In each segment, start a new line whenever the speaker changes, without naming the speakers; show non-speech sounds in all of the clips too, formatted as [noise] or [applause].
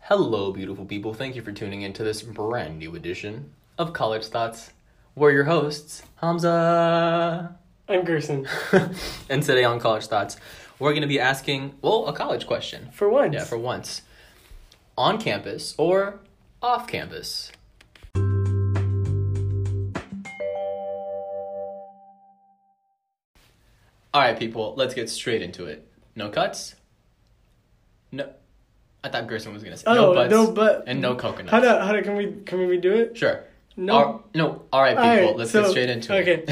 Hello, beautiful people. Thank you for tuning in to this brand new edition of College Thoughts. We're your hosts, Hamza.
I'm Gerson.
and today on College Thoughts, we're going to be asking, well, a college question.
For once.
Yeah, for once. On campus or off campus? All right, people, let's get straight into it. No cuts? No. I thought Gerson was going to say no
Oh,
buts
no but
and no coconuts.
How do how do can we can we redo it? [laughs]
Sure.
No.
All, no. All right, people.
All right,
let's get
so-
straight into it.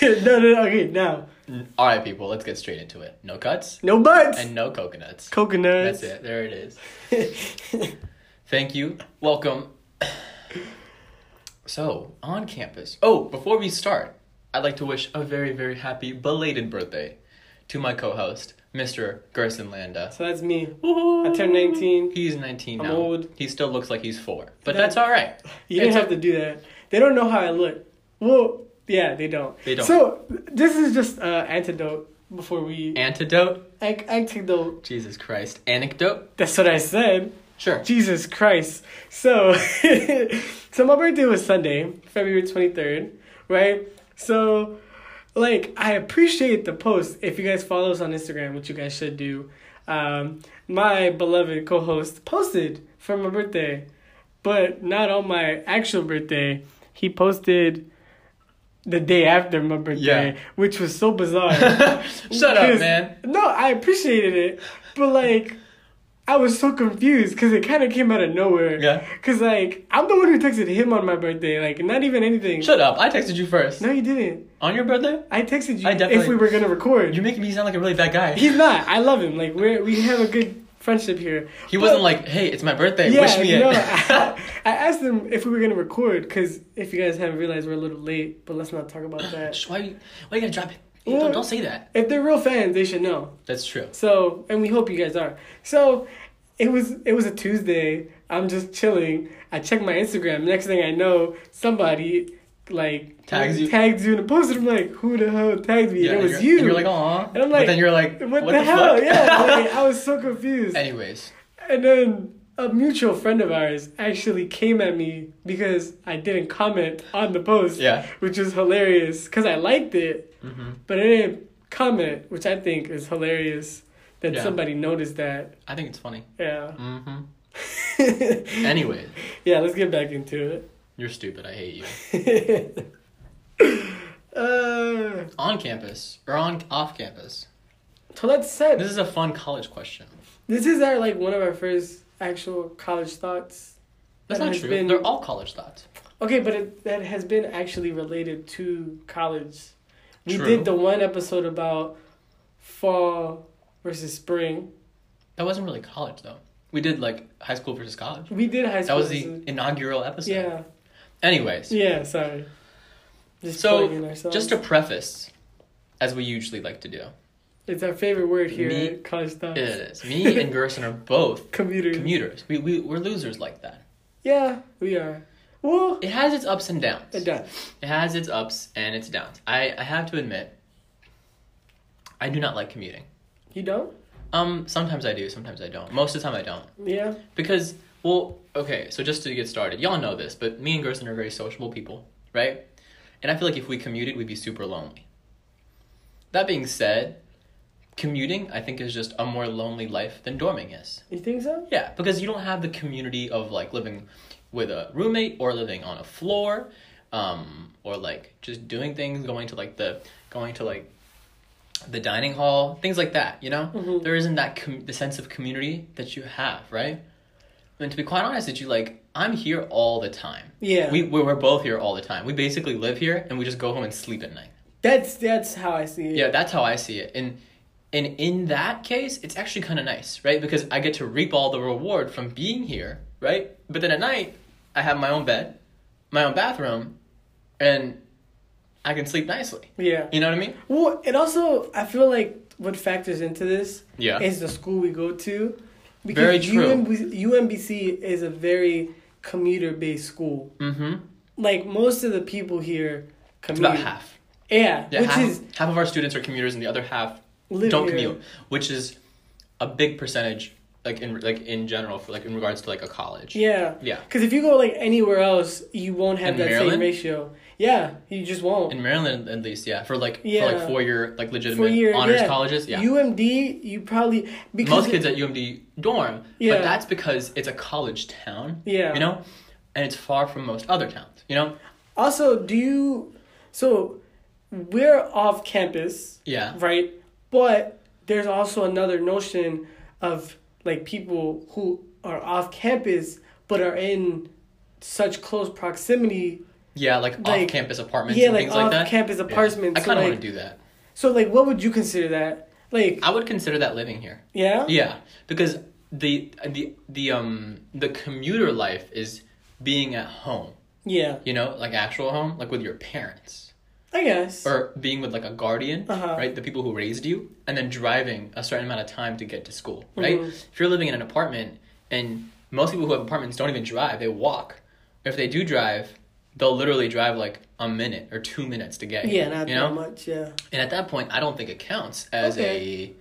no, no, no, okay, now.
Okay. [laughs] all right, people. Let's get straight into it. No cuts
No buts.
and no coconuts.
coconuts.
That's it. There it is. Thank you. Welcome. So on campus. Oh, before we start, I'd like to wish a very very happy belated birthday to my co-host, Mr. Gerson Landa.
[laughs] so that's me.
I
turned 19.
He's 19
I'm
now.
old.
He still looks like he's four, but
That-
that's all right.
You didn't
It's-
have to do that. They don't know how I look. Well, yeah, they don't.
They don't.
So this is just uh antidote before we
Antidote.
An- antidote.
Jesus Christ. Anecdote.
That's what I said.
Sure.
Jesus Christ. So, [laughs] so my birthday was Sunday, February 23rd, right? So, like, I appreciate the post. If you guys follow us on Instagram, which you guys should do, um, my beloved co host posted for my birthday, but not on my actual birthday. He posted the day after my birthday,
Yeah.
which was so
[laughs]
bizarre.
Shut up,
Because-
man.
No, I appreciated it, but like, I was so confused because it kind of came out of nowhere.
Yeah.
Cause like, I'm the one who texted him on my birthday. Like, not even anything.
Shut up. I texted you first.
no, you didn't.
On your birthday?
I texted you
I definitely-
if we were gonna record.
You're making me sound like a really bad guy. He,
He's not. I love him. Like, we we have a good friendship here. But-
wasn't like, hey, it's my birthday.
Yeah,
Wish me [laughs]
no, I,
it.
I asked him if we were gonna record because if you guys haven't realized, we're a little late. But let's not talk about that.
Shh, why, you- why you gotta drop it? Hey,
Yeah.
Don't, don't say that.
If they're real fans, they should know.
That's true.
So, and we hope you guys are. So, it was it was a Tuesday. I'm just chilling. I check my Instagram. Next thing I know, somebody like
Tags you.
tags you in a post. I'm like, who the hell tagged me? and it
and
was
you're,
you.
And you're like, aw.
And
but
I'm like,
then you're like,
what, the, hell?
fuck?
Yeah, like, I was so confused.
[laughs] Anyways,
And then a mutual friend of ours actually came at me because I didn't comment on the post,
yeah.
which is hilarious because I liked it
hmm
but I didn't comment, which I think is hilarious that
Yeah.
somebody noticed that.
I think it's funny.
Yeah. [laughs]
hmm
yeah,
Anyway,
let's get back into
you're stupid. I hate you.
it. [laughs] uh,
On campus or on off campus?
so that's said,
This is a fun college question.
this is our like one of our first actual college thoughts.
That's
that
not
has
true.
been-
They're all college thoughts.
Okay, but it, that has been actually related to college. We
True.
did the one episode about fall versus spring.
That wasn't really college though. We did like high school versus college.
We did high
That
school.
was the
versus-
inaugural episode.
yeah
Anyways,
yeah. Sorry. Just
So,
plugging ourselves.
just to preface, as we usually like to do,
It's our favorite word here
Me-
at College Thoughts.
it is me and Gerson are both
Commuter.
commuters. We, we, we're losers like that.
yeah, we are. Well,
It has its ups and downs.
it does.
It has its ups and its downs. I, I have to admit, I do not like commuting.
You don't?
Um, sometimes I do, sometimes I don't. Most of the time I don't.
Yeah.
Because, well, okay, so just to get started, y'all know this, but me and Gerson are very sociable people, right? And I feel like if we commuted, we'd be super lonely. That being said, commuting, I think, is just a more lonely life than dorming is.
You think so?
Yeah, because you don't have the community of like living with a roommate or living on a floor, um, or like just doing things, going to like the going to like the dining hall, things like that. You know,
Mhm.
There isn't that com- the sense of community that you have, right? And to be quite honest, that you like, I'm here all the time.
Yeah.
We we're, we're both here all the time. We basically live here, and we just go home and sleep at night.
that's that's how I see it.
Yeah, that's how I see it. And and in that case, it's actually kind of nice, right? Because I get to reap all the reward from being here, right? But then at night, I have my own bed, my own bathroom, and I can sleep nicely.
Yeah.
You know what I mean?
Well, and also I feel like what factors into this
Yeah.
is the school we go to.
Very true.
UMB- UMBC is a very commuter based school.
mm-hmm.
Like most of the people here
It's
commute.
about half.
Yeah,
Yeah,
which
half,
is
half of our students are commuters, and the other half
live
don't
here.
commute, which is a big percentage like in like in general for like in regards to like a college.
Yeah.
Yeah.
Because if you go like anywhere else, you won't have
In
that same
Maryland?
ratio. Yeah, you just won't.
In Maryland, at least, yeah, for like for
Yeah.
like four year like
For
legitimate
your
honors
yeah.
colleges, yeah.
UMD, you probably because
Most kids at UMD dorm,
Yeah.
but that's because it's a college town.
Yeah.
You know, and it's far from most other towns. You know.
Also, do you? So, we're off campus,
Yeah.
right? But there's also another notion of like people who are off campus but are in such close proximity.
Yeah, like,
Like-
off campus apartments
yeah,
and
like
things like
off
that.
campus apartments.
I kind of want
so, like,
to do that.
so like, what would you consider that? Like,
I would consider that living here.
yeah,
Yeah, because the the the um the commuter life is being at home.
yeah,
You know, like actual home, like with your parents
I guess.
or being with like a guardian,
Uh-huh.
right? The people who raised you, and then driving a certain amount of time to get to school,
Mm-hmm.
right? If you're living in an apartment, and most people who have apartments don't even drive; they walk. If they do drive, they'll literally drive like a minute or two minutes to get.
yeah,
here,
not
you
that
know?
much. Yeah.
And at that point, I don't think it counts as
Okay.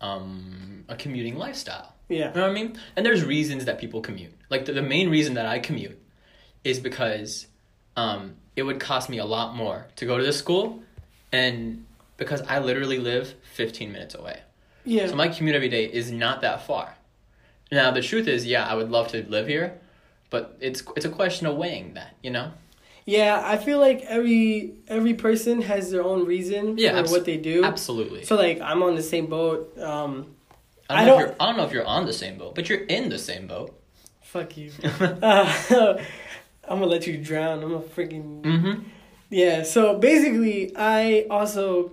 a um, a commuting lifestyle.
Yeah.
You know what I mean? And there's reasons that people commute. Like the, the main reason that I commute is because um, it would cost me a lot more to go to this school, and because I literally live 15 minutes away.
Yeah.
So my commute every day is not that far. Now the truth is, yeah, I would love to live here, but it's it's a question of weighing that, you know?
yeah, I feel like every every person has their own reason
Yeah,
for
abs-
what they do.
Absolutely.
So like I'm on the same boat. Um,
I don't,
I
know
don't-
If you're, I don't know if you're on the same boat, but you're in the same boat. [laughs]
fuck you. [laughs] uh, I'm gonna let you drown. I'm a freaking
Mm-hmm.
yeah. So basically, I also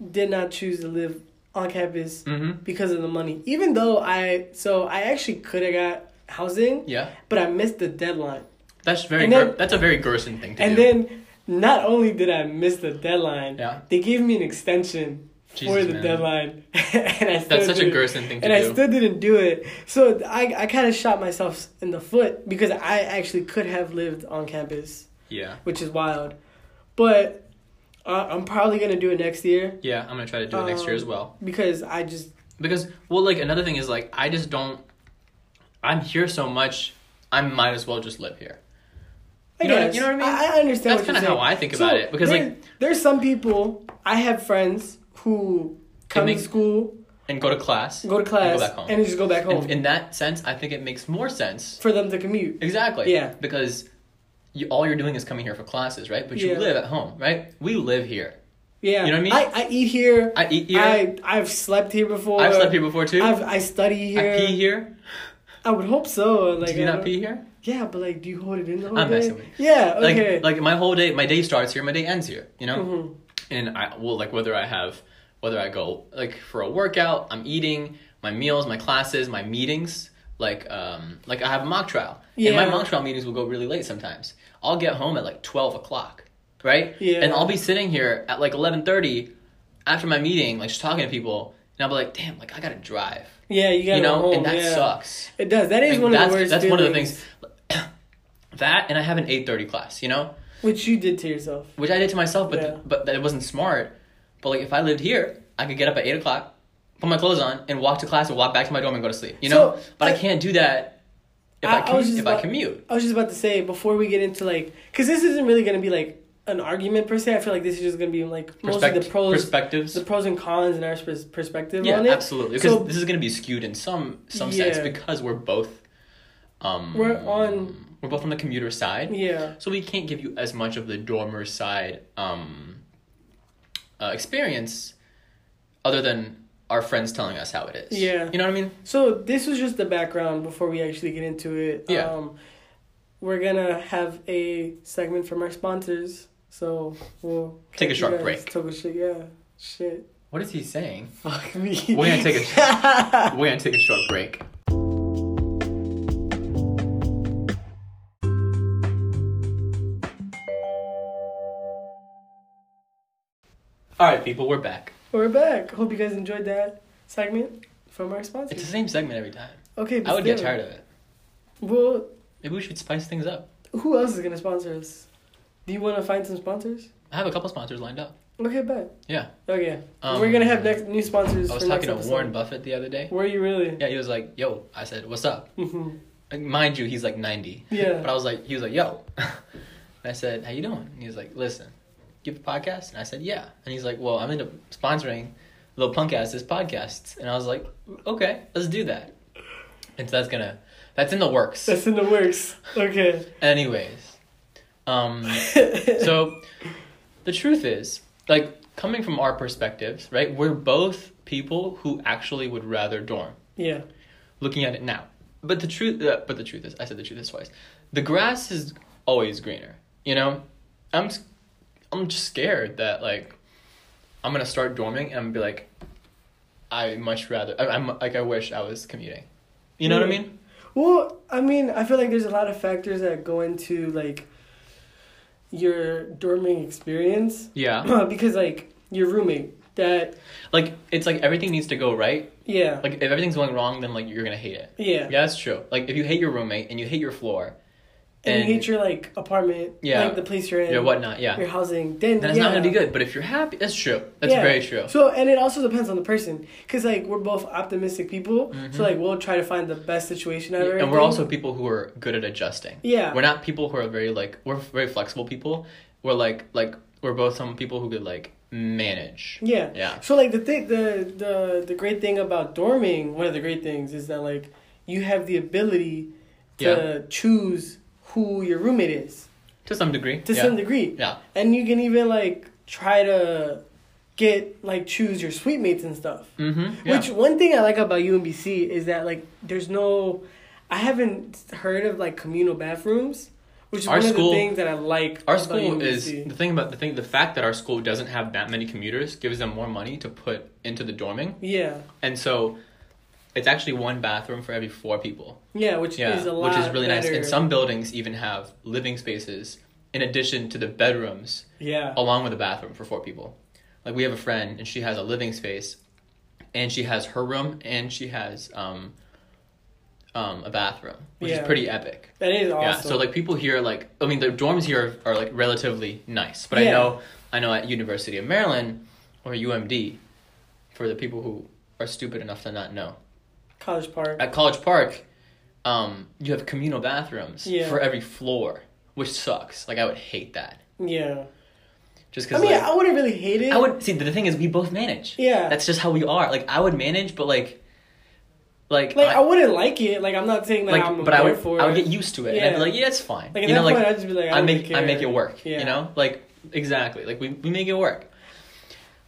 did not choose to live on campus
Mm-hmm.
because of the money. Even though I so I actually could have got housing,
Yeah,
but I missed the deadline.
that's very
And then-
Ger- that's a very Gerson thing to
And
do.
then not only did I miss the deadline,
Yeah.
they gave me an extension for
Jesus,
the
man.
deadline. [laughs] and I still
that's such a
didn't-
Gerson thing to
And I
do.
still didn't do it. So I, I kind of shot myself in the foot because I actually could have lived on campus,
yeah,
which is wild. But uh, I'm probably going to do it next year
yeah, I'm gonna try to do it next year as
Um,
well.
because I just,
Because well, like another thing is like I just don't. I'm here so much. I might as well just live here.
I
You know what I-
guess.
you know what I mean?
I, I understand
That's
what
kind
you're
of
saying.
how I think about
So
it. Because
there-
like
There's some people, I have friends who come
makes-
to school,
and go to class.
go to class,
back home.
and just go back home.
in, in that sense, I think it makes more sense.
for them to commute.
Exactly.
Yeah.
Because you, all you're doing is coming here for classes, right? But you
Yeah.
live at home, right? We live here.
Yeah.
You know what I
I, I eat here.
I eat here. I,
I I've slept here before.
have slept here before too.
I've I study here.
I pee here.
I would hope so. Like
do you
I
not
don't-
pee here?
Yeah, but like, do you hold it in the whole
I'm
day?
messing with you.
Yeah.
like
Okay.
like my whole day my day starts here my day ends here you know
Mhm.
and i well like whether i have whether i go like for a workout i'm eating my meals my classes my meetings like um like i have a mock trial and my
Yeah.
mock trial meetings will go really late sometimes i'll get home at like 12 o'clock right
Yeah.
and i'll be sitting here at like 11.30 after my meeting like just talking to people and i'll be like damn like i gotta drive
yeah, you got
you know
home.
and that
yeah.
sucks
It does. That is
Like,
one of
that's,
the worst.
that's one of the
feelings,
things [coughs] that and i have an 8.30 class you know
which you did to yourself.
which I did to myself, but
Yeah.
but that it wasn't smart. But like if I lived here, I could get up at eight o'clock, put my clothes on, and walk to class and walk back to my dorm and go to sleep. You know,
So,
but I,
I-
can't do that if
I-
I,
I
commu-
was just
if
about-
I commute.
I was just about to say before we get into like, because this isn't really gonna be like an argument per se. I feel like this is just gonna be like mostly the
Perspect-
pros,
perspectives.
the pros and cons, and our pers- perspective
yeah,
on it.
absolutely. Because
So-
this is gonna be skewed in some some sense
Yeah.
because we're both. Um,
We're on-
We're both on the commuter side.
Yeah.
So we can't give you as much of the dormer side um, uh, experience, other than our friends telling us how it is.
Yeah.
You know what I mean?
So this was just the background before we actually get into it.
Yeah.
Um, we're gonna have a segment from our sponsors, so we'll
Take a
catch you
short
guys.
break.
Take a shit, yeah. Shit,
What is he saying?
fuck me.
We're gonna take
[laughs]
a we're gonna take a short break. All right, people, we're back.
We're back. Hope you guys enjoyed that segment from our
It's the
sponsors.
same segment every time.
Okay,
I would get tired of it.
Well,
Maybe we should spice things up.
who else is gonna sponsor us? Do you want to find some sponsors?
I have a couple sponsors lined up.
Okay, bet.
Yeah.
Okay.
Um,
We're gonna have next new sponsors.
I was
for
talking to
next
Warren
episode.
Buffett the other day.
Were you really?
Yeah, he was like, "Yo," I said, "What's up?"
Yeah.
And mind you, he's like ninety.
yeah.
But I was like, he was like, "Yo," [laughs] and I said, "How you doing?" And he was like, "Listen, give a podcast," and I said, "Yeah," and he's like, "Well, I'm into sponsoring Lil Punk Ass's podcasts," and I was like, "Okay, let's do that." And so that's gonna, that's in the works.
[laughs] That's in the works. Okay.
[laughs] Anyways, um.
so
so the truth is like coming from our perspectives right we're both people who actually would rather dorm
yeah,
looking at it now but the truth uh, but the truth is i said the truth is twice the grass is always greener you know i'm s- i'm just scared that like i'm gonna start dorming and be like i much rather I, i'm like i wish i was commuting you know what i
Yeah.
mean
well, I mean, I feel like there's a lot of factors that go into like your dorming experience [clears throat]
yeah
because like your roommate that
like it's like everything needs to go right
yeah
like if everything's going wrong then like you're gonna hate it
yeah.
Yeah, that's true. Like if you hate your roommate and you hate your floor,
and,
and-
you hate your like apartment
Yeah.
like the place you're in
your whatnot, yeah,
your housing then
then it's
yeah.
not gonna be good. But if you're happy, that's true. That's
Yeah.
very true.
So and it also depends on the person, cause like we're both optimistic people,
Mhm.
so like we'll try to find the best situation out of
and
everything.
we're also people who are good at adjusting.
yeah,
We're not people who are very like we're very flexible people. We're like like we're both some people who could like manage.
yeah.
Yeah.
So like the thing, the the the great thing about dorming, one of the great things is that like you have the ability to
Yeah.
choose who your roommate is
To some degree.
to
yeah.
some degree,
yeah.
and you can even like try to get like choose your suite mates and stuff.
Mm-hmm. Yeah.
Which one thing I like about UMBC is that like there's no, I haven't heard of like communal bathrooms, which is
Our
one
school-
of the things that I like.
our
about
school is
UMBC.
the thing about the thing the fact that our school doesn't have that many commuters gives them more money to put into the dorming.
yeah,
And so it's actually one bathroom for every four people.
yeah, which
Yeah,
is a lot
which is really nice.
better.
And some buildings even have living spaces in addition to the bedrooms,
yeah,
along with a bathroom for four people. Like we have a friend, and she has a living space, and she has her room, and she has um, um, a bathroom, which
Yeah.
is pretty epic.
that is awesome.
Yeah. So like people here, like I mean, the dorms here are, like relatively nice, but I
Yeah.
know I know at University of Maryland or UMD, for the people who are stupid enough to not know,
College Park.
at College Park, um, you have communal bathrooms
Yeah.
for every floor, which sucks. Like I would hate that.
yeah,
Just
I
because
mean,
like,
I wouldn't really hate it.
I would see the thing is we both manage.
Yeah,
That's just how we are. Like I would manage, but like, like,
like I,
I,
wouldn't like it. Like I'm not saying that
like,
I'm
but
there
I would
for.
I would
it.
get used to it, and I'd
Yeah.
be like, yeah, it's fine.
like at
you
that
know, like
point, I'd just be like, I,
I
don't
make
care.
I make it work.
Yeah.
You know, like exactly. Like we we make it work.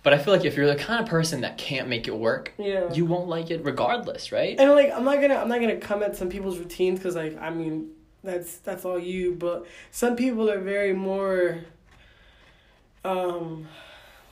But I feel like if you're the kind of person that can't make it work,
Yeah.
you won't like it regardless, right?
and like I'm not gonna I'm not gonna come at some people's routines because like I mean that's that's all you but some people are very more um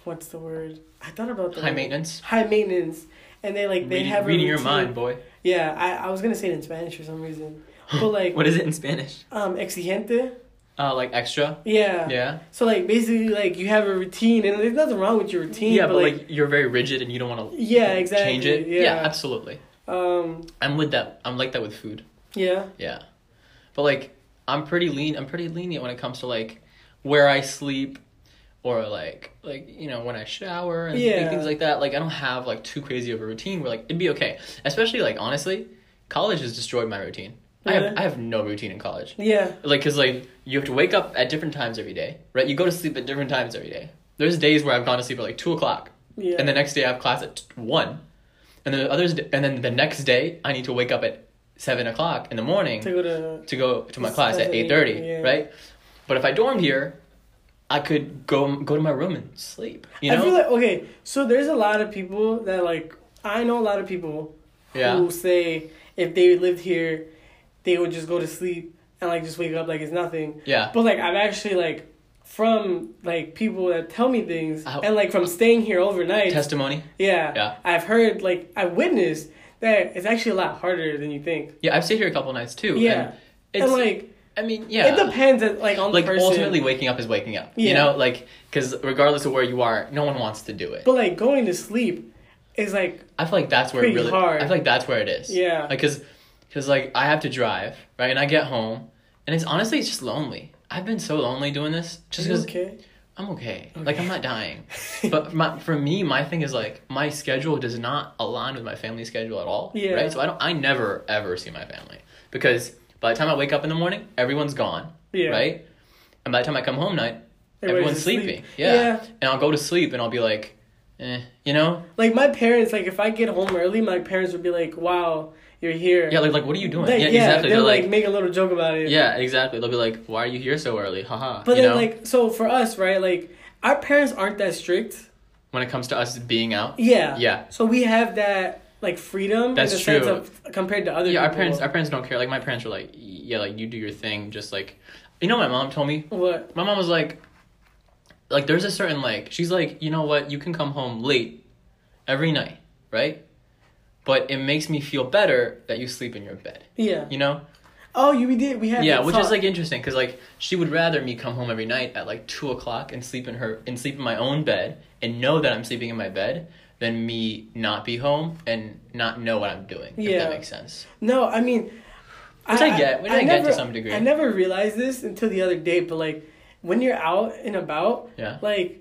what's the word I thought about the
High
word.
maintenance.
high maintenance and they like they
reading,
have a
reading your
routine.
mind, boy.
yeah I I was gonna say it in Spanish for some
[gasps]
reason but like
What is it in Spanish?
um exigente
Uh, like extra.
yeah.
Yeah.
so like basically like you have a routine and there's nothing wrong with your routine
yeah,
but, like,
you're very rigid and you don't want to.
Yeah, exactly,
Change it.
yeah.
absolutely.
um
I'm with that. I'm like that with food.
yeah
Yeah, but like I'm pretty lean. I'm pretty lenient when it comes to like where I sleep, or like like you know when I shower and like,
Yeah.
things like that. Like I don't have like too crazy of a routine. Where like it'd be okay. Especially like honestly, college has destroyed my routine. I have
Really?
I have no routine in college.
yeah
like because like you have to wake up at different times every day right you go to sleep at different times every day there's days where i've gone to sleep at like 2 o'clock
yeah
and the next day i have class at 1 and then others and then the next day i need to wake up at 7 o'clock in the morning
to go to
to go to my
It's
class at
seven, eight,
8.30
yeah.
right but if i dormed here i could go go to my room and sleep you know
I feel like okay, so there's a lot of people that like I know a lot of people
yeah
who say if they lived here, they would just go to sleep and like just wake up like it's nothing.
yeah
But like I've actually like from like people that tell me things
Ow.
and like from staying here overnight,
testimony
yeah,
Yeah.
I've heard like I witnessed that it's actually a lot harder than you think.
yeah i've stayed here a couple nights too
Yeah,
and it's
and like
i mean yeah
it depends at, like on
like
the person.
ultimately waking up is waking up you
Yeah.
know like because regardless of where you are no one wants to do it
but like going to sleep is like
i feel like that's where it
Pretty
really
hard.
i feel like that's where it is
Yeah.
like because like i have to drive right and i get home and it's honestly it's just lonely i've been so lonely doing this just
Are you
because
okay.
I'm okay. Like I'm not
[laughs]
dying. but my, for me, my thing is like my schedule does not align with my family schedule at all.
Yeah.
Right. So I don't. I never ever see my family because by the time I wake up in the morning, everyone's gone.
Yeah.
Right. And by the time I come home night, everyone's
Everybody's asleep.
sleeping. Yeah.
Yeah.
And I'll go to sleep and I'll be like, eh, you know,
Like my parents, like if I get home early, my parents would be like, "Wow, you're here."
yeah, like like what are you doing?
Like,
yeah, exactly.
They'll
They're
like,
like,
make a little joke about it.
yeah, exactly. They'll be like, why are you here so early? Haha.
But
you
then
know,
like so for us, right? Like our parents aren't that strict.
when it comes to us being out,
Yeah.
yeah.
So we have that like freedom.
That's
in the
true.
Sense of, compared to other
yeah, our
people.
parents, our parents don't care. Like my parents were like, yeah, like you do your thing, just like, you know, what my mom told me.
What?
My mom was like, like there's a certain like, she's like, you know what, you can come home late, every night, right? But it makes me feel better that you sleep in your bed,
Yeah.
you know?
Oh, you we did. We had.
Yeah,
that
which is
talk.
like interesting because like she would rather me come home every night at like two o'clock and sleep in her and sleep in my own bed and know that I'm sleeping in my bed than me not be home and not know what I'm doing. If
Yeah.
that makes sense.
No, I mean,
Which I get, which I get to some degree.
I never realized this until the other day, but like when you're out and about,
Yeah.
like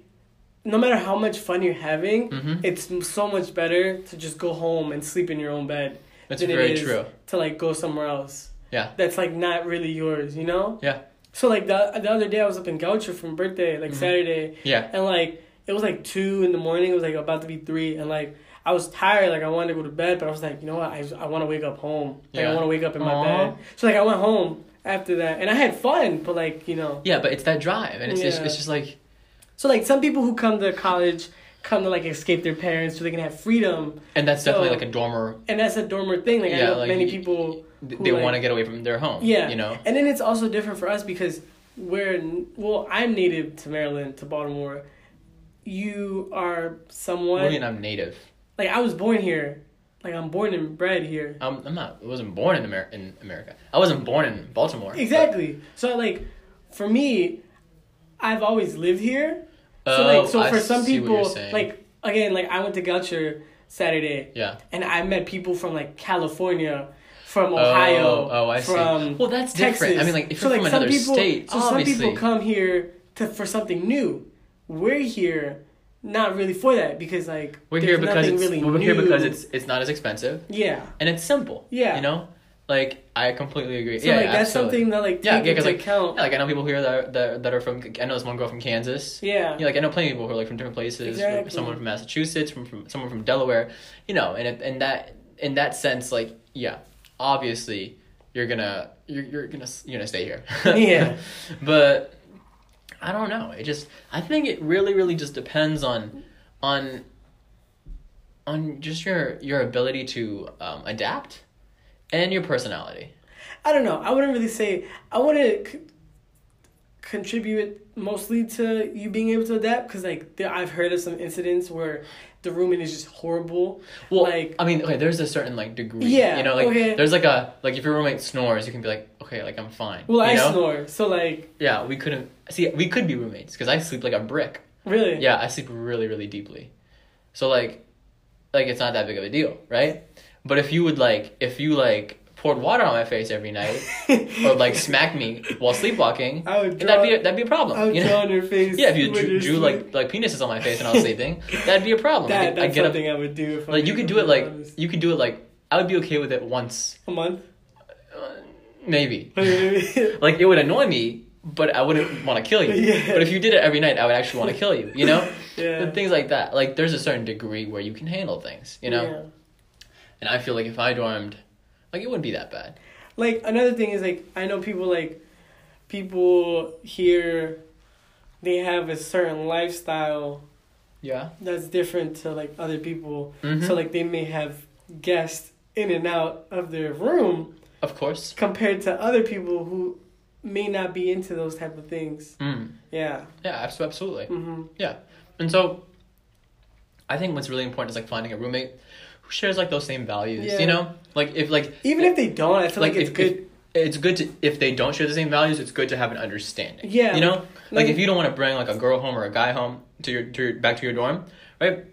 no matter how much fun you're having,
Mhm.
it's m- so much better to just go home and sleep in your own bed
That's
than it
very
is
true.
to like go somewhere else.
Yeah.
That's like not really yours, you know.
Yeah. Mm-hmm.
So like the the other day I was up in Gaucho for my birthday, like Saturday,
Yeah.
and like it was like two in the morning. It was like about to be three, and like I was tired. Like I wanted to go to bed, but I was like, you know what? I I want to wake up home. Like I
Yeah.
want to wake up in my
Aw.
bed. So like I went home after that, and I had fun. But like you know,
Yeah, but it's that drive, and it's just,
Yeah.
it's just like
so like some people who come to college come to like escape their parents so they can have freedom,
And that's
So-
definitely like a dormer.
and that's a dormer thing. Like I
Yeah,
know
like
many
y-
people.
th-
who,
They
like-
want to get away from their home.
Yeah.
You know.
And then it's also different for us because we're well, I'm native to Maryland, to Baltimore. You
What
are
do
somewhat
you mean I'm native?
like I was born here. Like I'm born and bred here.
I'm, I'm not. I wasn't born in Amer- in America. I wasn't born in Baltimore. but-
Exactly. So like for me, I've always lived here. So
Oh,
like so
I
for some
see what you're
people
saying.
like again, like I went to Goucher Saturday
Yeah.
and I met people from like California, from
Oh,
Ohio,
Oh, I
from
see. Well, that's
Texas.
different. I mean, like if
so
you're
like
from
some
another
people,
state,
so
obviously.
some people come here to for something new. We're here not really for that because like
we're here
there's
because
nothing
it's,
really
we're here
new.
because it's it's not as expensive
yeah.
and it's simple.
Yeah.
You know, like I completely agree.
So
yeah,
like
yeah,
that's
absolutely.
something that like take
Yeah, yeah,
into
'cause, like,
account.
Yeah, like I know people here that are, that that are from. I know this one girl from Kansas.
yeah.
Yeah, like I know plenty of people who are like from different places.
Exactly.
Someone from Massachusetts, from, from someone from Delaware, you know, and it- and that in that sense, like yeah, obviously you're gonna you're you're gonna s- you're gonna stay here.
[laughs] Yeah.
[laughs] but I don't know. It just I think it really really just depends on on on just your your ability to um, adapt and your personality.
I don't know. I wouldn't really say. I want to c- contribute mostly to you being able to adapt because, like, there, I've heard of some incidents where the rooming is just horrible.
Well,
like,
I mean, okay, there's a certain like degree.
Yeah,
You know, like
okay.
there's like a like if your roommate snores, you can be like, okay, like I'm fine.
well,
you
I
know?
snore, so like,
Yeah, we couldn't see. We could be roommates because I sleep like a brick.
really,
Yeah, I sleep really, really deeply. So like, like it's not that big of a deal, right? But if you would like, if you like poured water on my face every
[laughs]
night or like smacked me while sleepwalking,
I would draw.
that'd be a, that'd be a problem.
I would
you know?
draw on your face.
Yeah, if you
when
drew,
you're
drew
sleep-
like like penises on my face
[laughs]
when I was sleeping, that'd be a problem. I
that,
think I'd
that's
get up,
something I would do. If I'm
like you could do
being
it like
completely honest.
you could do it like I would be okay with it once, Uh,
a month. [laughs]
maybe.
yeah,
like it would annoy me but i wouldn't want to kill you
[laughs] Yeah.
but if you did it every night i would actually want to kill you you know
[laughs] Yeah.
and things like that like there's a certain degree where you can handle things you know and i feel like if i dormed like it wouldn't be that bad
like another thing is like I know people like people here, they have a certain lifestyle
yeah
that's different to like other people.
Mhm.
So like they may have guests in and out of their room
of course
compared to other people who may not be into those type of things.
mm.
Yeah.
yeah abso- absolutely
hmm
yeah and so i think what's really important is like finding a roommate who shares like those same values
Yeah.
you know like if like
Even if they don't, I feel like,
like,
it's
if,
good.
if- it's good to if they don't share the same values. It's good to have an understanding.
Yeah. Mm-hmm.
you know, like
Like-
if you don't want to bring like a girl home or a guy home to your to your, back to your dorm, right?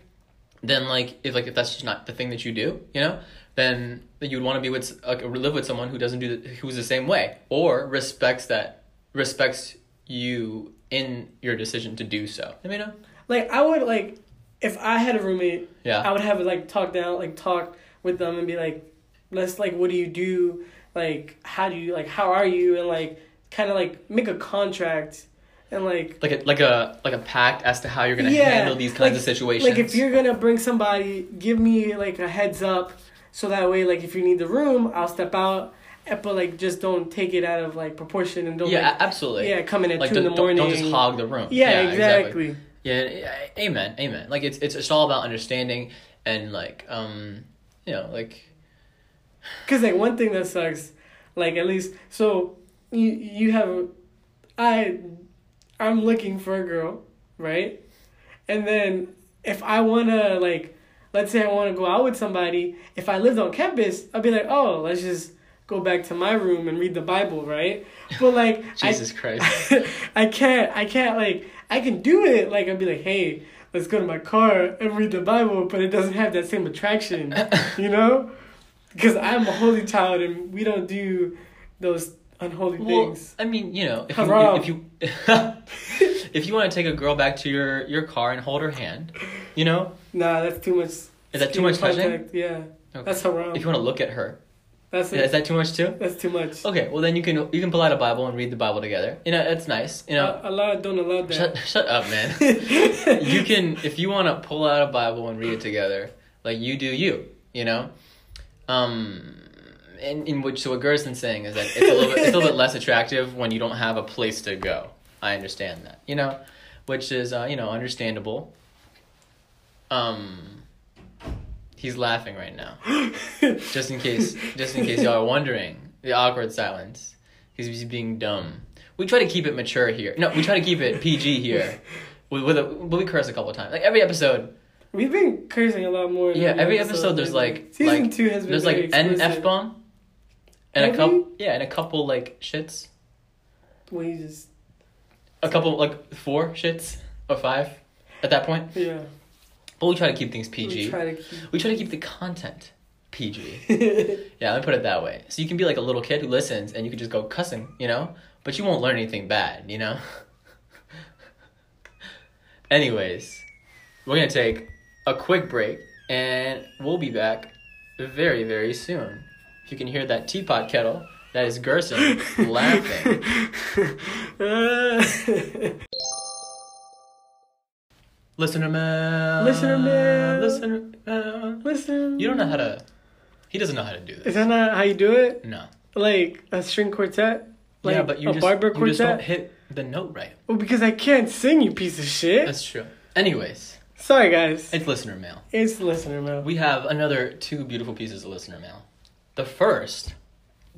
Then like if like if that's just not the thing that you do, you know, then you'd want to be with s- like live with someone who doesn't do the, who's the same way or respects that respects you in your decision to do so. I mean, uh,
Like I would like if I had a roommate,
yeah,
I would have like talk down, like talk with them and be like, let's like, what do you do? Like, how do you like, how are you? And like, kind of like make a contract and like
like a like a like a pact as to how you're gonna
Yeah,
handle these kinds
like-
of situations.
Like if you're gonna bring somebody, give me like a heads up, so that way like if you need the room, I'll step out. eh, But like just don't take it out of like proportion and don't
yeah,
like,
a- absolutely.
yeah come in at
Like
two
don't,
in the
don't-
morning.
don't just hog the room.
Yeah, exactly.
Yeah, yeah, amen, amen. Like it's it's just all about understanding and like um you know like
Cause like one thing that sucks, like at least so you you have, I, I'm looking for a girl, right, and then if I wanna like, let's say I wanna go out with somebody, if I lived on campus, I'd be like, oh, let's just go back to my room and read the Bible, right? But like I-
Jesus Christ.
[laughs]
[laughs]
I can't. I can't. Like I can do it. Like I'd be like, hey, let's go to my car and read the Bible, but it doesn't have that same attraction, you know? Because I'm a holy child, and we don't do those unholy
Well,
things.
I mean, you know, if
Haram.
you [laughs] if you if you want to take a girl back to your your car and hold her hand, you know,
Nah, that's too much. Is
Is that too much touching?
Yeah,
Okay.
that's haram.
if you want to look at her,
that's
is
it.
that too much too?
That's too much.
Okay, well then you can you can pull out a Bible and read the Bible together. You know, that's nice. You know,
Uh, Allah don't allow that.
Shut, shut up,
[laughs]
man. [laughs] you can, if you want to pull out a Bible and read it together, like you do you, you know? Um, in, in which, so what Gerson's saying is that it's a, little bit, it's a little bit less attractive when you don't have a place to go. I understand that, you know? Which is, uh, you know, understandable. Um, he's laughing right now. Just in case, just in case y'all are wondering, the awkward silence. He's just being dumb. We try to keep it mature here. No, we try to keep it PG here. With, with a, but we curse a couple times. Like every episode,
We've been cursing a lot more. in
yeah.
every
Every episode, there's like
season
like,
two has been
there's like
very
an
explicit.
f bomb, and a
Have
couple
we?
yeah, and a couple like shits,
Well, you just
a couple like four shits or five at that point.
yeah.
But we try to keep things PG.
We try to
we try to keep the content PG.
keep. [laughs]
Yeah, let me put it that way. So you can be like a little kid who listens and you can just go cussing, you know? But you won't learn anything bad, you know? [laughs] Anyways, we're going to take a quick break and we'll be back very, very soon. If you can hear that teapot kettle, that is
[laughs]
Gerson laughing.
Laughing.
Listener mail.
Listener mail.
Listener mail.
[laughs] Listen.
You don't know how to. He doesn't know how to do
Is
this.
that not how you do it?
No.
Like a string quartet? Like
yeah, but you
a
just,
barber
you just don't
quartet?
hit the note right.
Well, because I can't sing, you piece of shit.
That's true. Anyways.
Sorry, guys.
It's listener mail.
It's listener mail.
We have another two beautiful pieces of listener mail. The first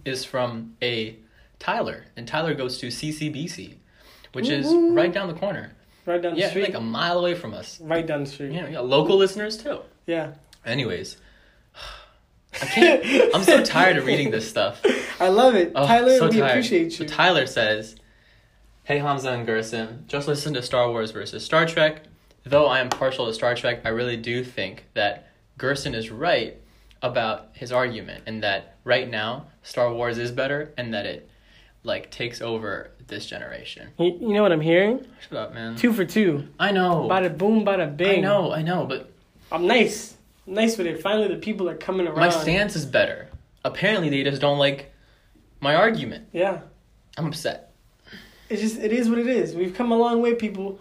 is from a Tyler, and Tyler goes to CCBC, which is
Woo-hoo.
right down the corner.
Right down the
Yeah,
street.
like a mile away from us.
Right down the street.
Yeah, we got local listeners too.
Yeah.
Anyways, [sighs] I can't. I'm so tired of reading this stuff.
I love it.
Oh,
Tyler,
so
we
tired.
appreciate
So
you.
Tyler says, "Hey Hamza and Gerson, just listen to Star Wars versus Star Trek. Though I am partial to Star Trek, I really do think that Gerson is right about his argument, and that right now Star Wars is better, and that it like takes over this generation.
You you know what I'm hearing?
Shut up, man.
Two for two.
I know.
Bada boom, bada
I
bing.
know. I know. But
I'm nice. I'm nice with it. Finally, the people are coming around.
my stance is better. Apparently, they just don't like my argument.
Yeah.
I'm upset.
It's just it is what it is. We've come a long way, people.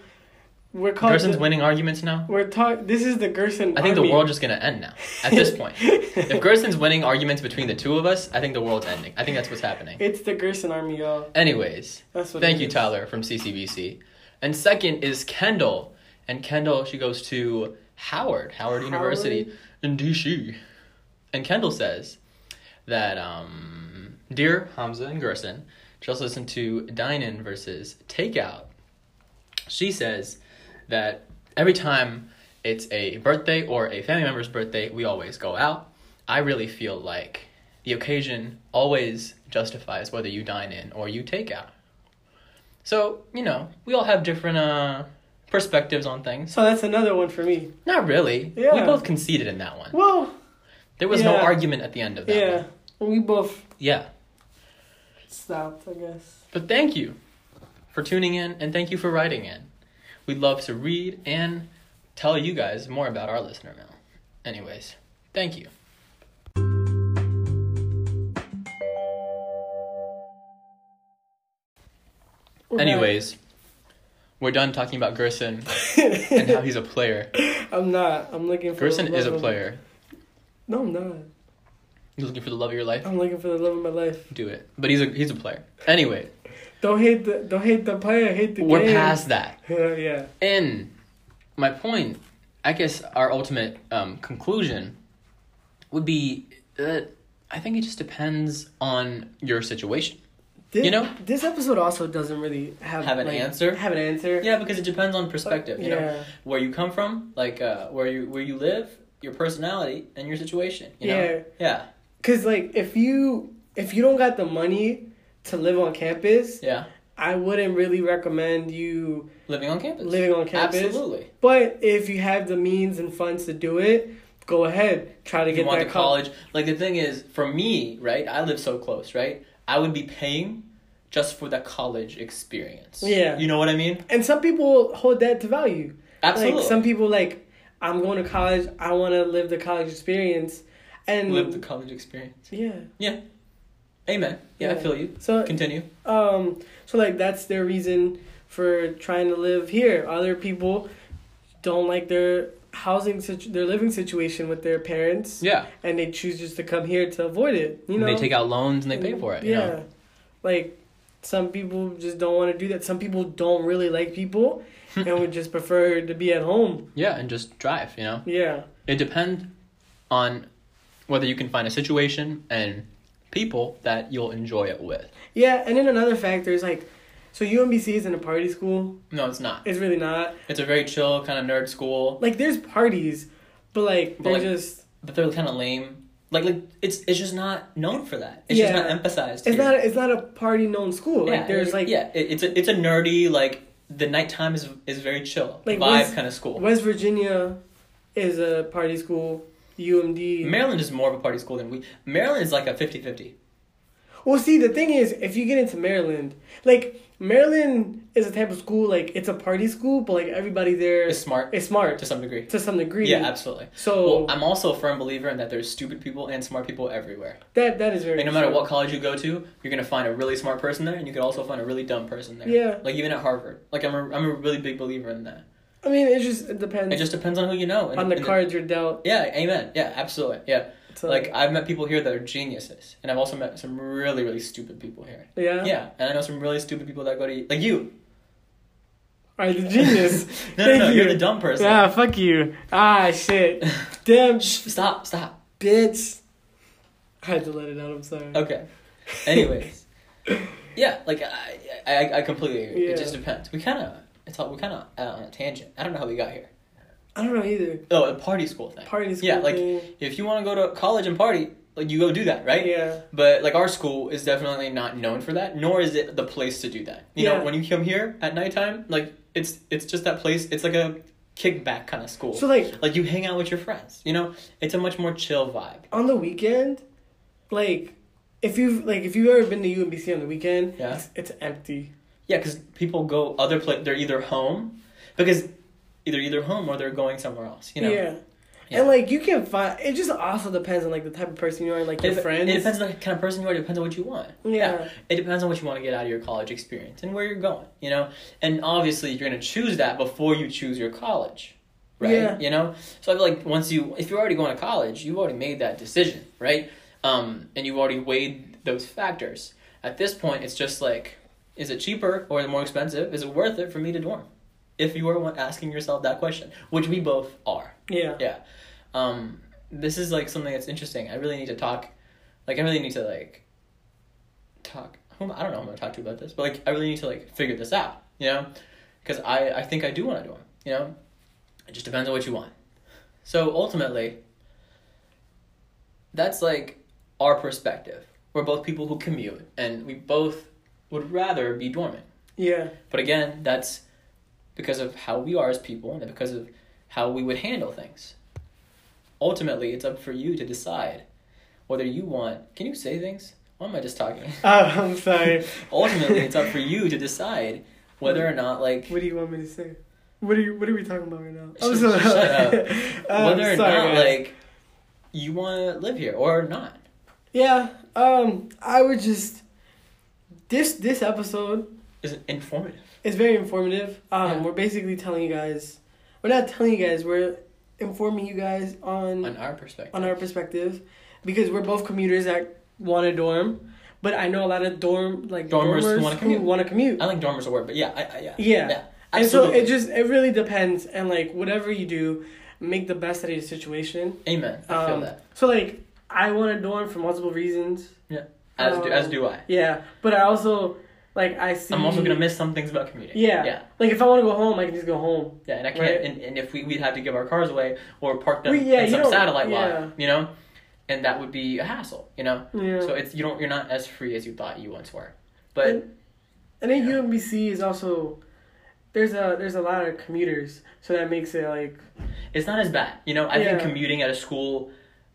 We're called.
Gerson's
the-
winning arguments now.
We're taught. This is the Gerson.
I think the
army. [laughs]
world's just gonna end now. At this point, if Gerson's winning arguments between the two of us, I think the world's ending. I think that's what's happening.
It's the Gerson army, y'all.
Anyways,
That's what.
thank
it
you,
is.
Tyler from CCBC. And second is Kendall, and Kendall she goes to Howard, Howard University in DC. And Kendall says that, um, dear Hamza and Gerson, just listen to dine-in versus takeout. She says that every time it's a birthday or a family member's birthday, we always go out. I really feel like the occasion always justifies whether you dine in or you take out. So, you know, we all have different uh, perspectives on things.
So that's another one for me.
Not really. We
Yeah.
both conceded in that one.
Well,
There was no
Yeah.
argument at the end of that
yeah,
one.
we both
Yeah.
stopped, I guess.
But thank you for tuning in and thank you for writing in. We'd love to read and tell you guys more about our listener mail. Anyways, thank you. Anyways, we're done talking about Gerson and how he's a player.
[laughs] I'm not. I'm looking for. the
Gerson is a
love of-
player.
No, I'm not.
You're looking for the love of your life?
I'm looking for the love of my life.
Do it. But he's a he's a player. Anyway,
Don't hate the. Don't hate the player. Hate the
we're
game.
past that.
[laughs] yeah.
And my point, I guess our ultimate um, conclusion would be that I think it just depends on your situation.
This,
You know?
This episode also doesn't really have
Have an answer?
Have an answer.
Yeah, because it depends on perspective. You know
Yeah.
where you come from, like uh, where you where you live, your personality, and your situation. You
Yeah.
know? yeah,
Cause like if you if you don't got the money to live on campus,
yeah.
I wouldn't really recommend you
Living on campus.
living on campus.
Absolutely.
But if you have the means and funds to do it, go ahead. Try to
If
get
you want
that
the
col-
college. Like the thing is, for me, right? I live so close, right? I would be paying just for the college experience.
Yeah.
You know what I mean?
And some people hold that to value.
Absolutely.
Like some people like, I'm going to college. I want to live the college experience, and
live the college experience.
yeah.
Amen. Yeah, I
Yeah.
feel you.
So
Continue.
um, so like that's their reason for trying to live here. Other people don't like their housing situ- their living situation with their parents,
Yeah.
and they choose just to come here to avoid it. You know,
and they take out loans and they pay for it. You
yeah,
know?
like some people just don't want to do that. Some people don't really
[laughs]
like people, and would just prefer to be at home.
Yeah, and just drive, you know?
Yeah,
It depends on whether you can find a situation and people that you'll enjoy it with.
yeah. And then another factor is like, so UMBC isn't a party school.
No, it's not.
It's really not.
It's a very chill kind of nerd school,
Like there's parties, but like
But,
they're
like,
just.
but they're kind of lame. Like, like it's it's just not known for that. It's just
Yeah.
not emphasized.
It's
here.
not. It's not a party known school.
yeah,
like there's like
yeah, it, it's a it's a nerdy like the nighttime is is very chill
Like, what's-
vibe kind of school.
West Virginia is a party school. UMD.
Maryland is more of a party school than we. Maryland is like a 50-50.
well, see, the thing is, if you get into Maryland, like Maryland is a type of school like it's a party school, but like everybody there
It's
is
smart
smart
to some degree.
to some degree.
Yeah, absolutely.
So
Well, I'm also a firm believer in that there's stupid people and smart people everywhere.
that that is
I
very.
mean, no matter
true.
what college you go to, you're gonna find a really smart person there, and you can also find a really dumb person there.
Yeah.
Like even at Harvard, like I'm a, I'm a really big believer in that.
I mean, it just it depends
It just depends on who you know. And,
on the
and
cards you're dealt.
yeah, amen. Yeah, absolutely. Yeah,
So,
like I've met people here that are geniuses, and I've also met some really really stupid people here.
yeah,
Yeah, and I know some really stupid people that go to like you. [laughs]
All right, the genius.
no, no, no,
Thank
you're
you.
the dumb person.
yeah, fuck you.
[laughs]
Ah, shit. Damn,
Stop, stop.
bitch. I had to let it out. I'm sorry.
Okay.
[laughs]
Anyways, yeah, like I, I, I completely agree.
Yeah.
It just depends. We kind of, it's all, we kind of uh, on a tangent. I don't know how we got here.
I don't know either.
Oh, the party school thing.
Party school.
Yeah, like
thing.
if you want to go to college and party, like you go do that, right?
yeah,
But like our school is definitely not known for that, nor is it the place to do that. You
Yeah.
know, when you come here at nighttime, like it's it's just that place. It's like a kickback kind of school.
So like
like you hang out with your friends. You know, it's a much more chill vibe.
on the weekend, like if you've like if you've ever been to UMBC on the weekend,
Yeah.
it's, it's empty.
Yeah, because people go other place. They're either home, because either either home or they're going somewhere else. You know.
yeah.
Yeah.
and like you can find. It just also depends on like the type of person you are, like
It,
your friends.
it depends on the kind of person you are. It depends on what you want.
Yeah.
It depends on what you want to get out of your college experience and where you're going. You know, and obviously you're gonna choose that before you choose your college, right?
Yeah.
You know, so I feel like once you, if you're already going to college, you've already made that decision, right? Um, and you've already weighed those factors. At this point, it's just like, is it cheaper or is it more expensive? Is it worth it for me to dorm? If you are one- asking yourself that question, which we both are
Yeah.
yeah um this is like something that's interesting i really need to talk like i really need to like talk who am- i don't know who i'm gonna talk to about this but like i really need to like figure this out you know because i i think i do want to do them you know it just depends on what you want so ultimately that's like our perspective we're both people who commute and we both would rather be dormant
yeah,
but again, that's because of how we are as people and because of how we would handle things. Ultimately, it's up for you to decide whether you want. Can you
[laughs]
say things? Why am I just talking?
Oh, I'm sorry.
Ultimately, it's up for you to decide whether or not like
What do you want me to say? What are you? What are we talking about right now?
Shut- shut up.
[laughs] I'm
whether or
uh, sorry,
not
guys.
like you want to live here or not.
Yeah. Um. I would just. This this episode
Is informative.
is very informative. Um.
Yeah.
We're basically telling you guys. We're not telling you guys. We're informing you guys on
on our perspective.
on our perspective, because we're both commuters that want to dorm, but I know a lot of dorm like
Dormers who
dormers
wanna
who
commute.
want to commute.
I think dorm is a word, but yeah, I, I, yeah,
Yeah.
yeah.
And so
Absolutely.
it just it really depends, and like whatever you do, make the best out of your situation.
Amen. I feel
Um,
that.
so like I want to dorm for multiple reasons.
As do, as
um,
do I.
Yeah, but I also like I see.
I'm also gonna miss some things about commuting.
Mm-hmm. Yeah.
yeah,
Like if I want to go home, I can just go home.
yeah. And I can't.
Right.
And, and if we we'd have to give our cars away or park them
We- yeah,
in
you
some
don't-
satellite
yeah.
lot, you know, and that would be a hassle, you know.
Yeah.
So it's you don't you're not as free as you thought you once were, but
and then UMBC is also there's a there's a lot of commuters, so that makes it like
it's not as bad, you know. I think
Yeah.
commuting at a school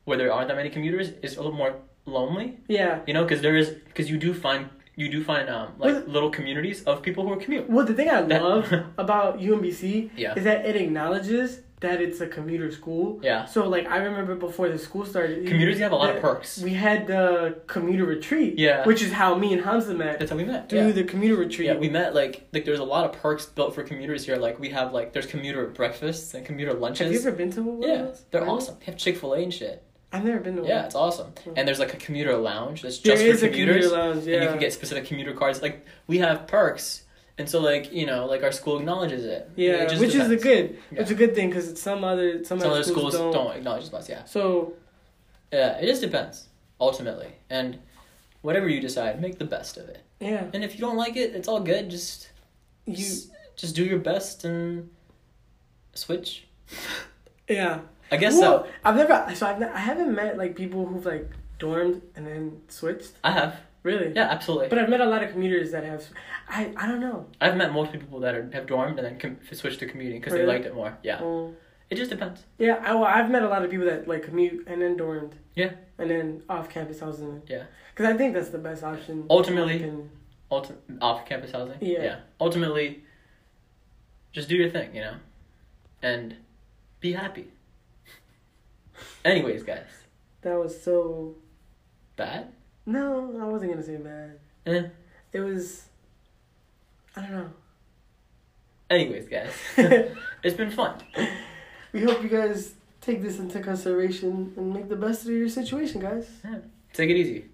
where there aren't that many commuters is a little more lonely,
yeah.
you know, because there is because you do find you do find um like
Well-
little communities of people who are commute.
Well, the thing I
That- [laughs]
love about UMBC
Yeah.
is that it acknowledges that it's a commuter school.
Yeah.
So like I remember before the school started,
Commuters have a lot of
that-
perks.
We had the commuter retreat.
Yeah.
Which is how me and Hamza met
That's how we met.
through
yeah.
the commuter retreat.
Yeah, we met like like there's a lot of perks built for commuters here. Like we have like there's commuter breakfasts and commuter
Have you
lunches.
ever been to one of
Yeah,
those?
they're
Really?
awesome. They have Chick Fil A and shit.
I've never been to one.
Yeah, it's awesome. And there's like a commuter lounge that's
There
just
is
for
a commuter
commuters.
lounge,
And you
yeah.
can get specific commuter cards. Like we have perks, and so like you know like our school acknowledges it.
Yeah,
It just
which is a
depends.
good,
Yeah.
it's a good thing because some other some,
Some
other
other schools, don't.
don't.
acknowledge us. Yeah,
So
yeah. It just depends ultimately, and whatever you decide, make the best of it.
yeah,
And if you don't like it, it's all good. Just
you
just, just do your best and switch.
yeah.
I guess
Well,
so.
I've never so I've ne- I haven't met like people who've like dormed and then switched
I have.
really.
Yeah, absolutely.
But I've met a lot of commuters that have I I don't know.
I've met multiple people that are, have dormed and then com- switched to commuting because they
Really?
liked it more. Yeah.
Um,
It just depends.
yeah, I, well, I've met a lot of people that like commute and then dormed.
Yeah.
And then off campus housing.
Yeah.
Because I think that's the best option.
Ultimately-
And-
Ulti- off campus housing.
Yeah.
Ultimately, just do your thing, you know? And be happy. [laughs] Anyways, guys.
that was so.
Bad?
No, I wasn't gonna say bad.
Eh.
It was. I don't know. [laughs]
Anyways, guys. it's been fun.
We hope you guys take this into consideration and make the best of your situation, guys.
Take it easy.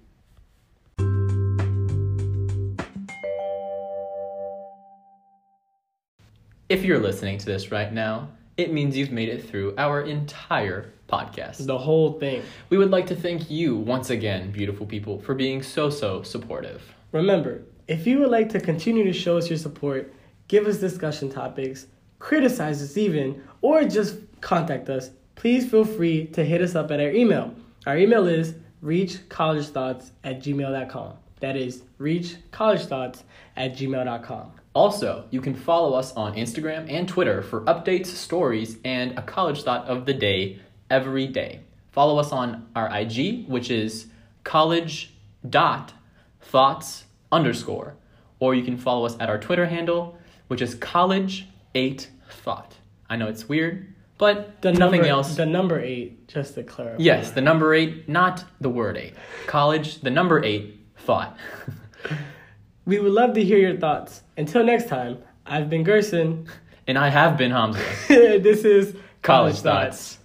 If you're listening to this right now, it means you've made it through our entire podcast.
The whole thing.
We would like to thank you once again, beautiful people, for being so, so supportive.
Remember, if you would like to continue to show us your support, give us discussion topics, criticize us even, or just contact us, please feel free to hit us up at our email. Our email is reachcollegethoughts at gmail.com. That is reachcollegethoughts at gmail.com.
Also, you can follow us on Instagram and Twitter for updates, stories, and a college thought of the day every day. Follow us on our IG, which is college dot thoughts underscore, or you can follow us at our Twitter handle, which is college eight thought. I know it's weird, but
The
nothing
number,
else.
The number eight, just to clarify.
Yes, the number eight, not the word eight. College, the number eight thought. [laughs]
We would love to hear your thoughts. Until next time, I've been Gerson. [laughs]
and I have been Hamza.
this is
College thoughts.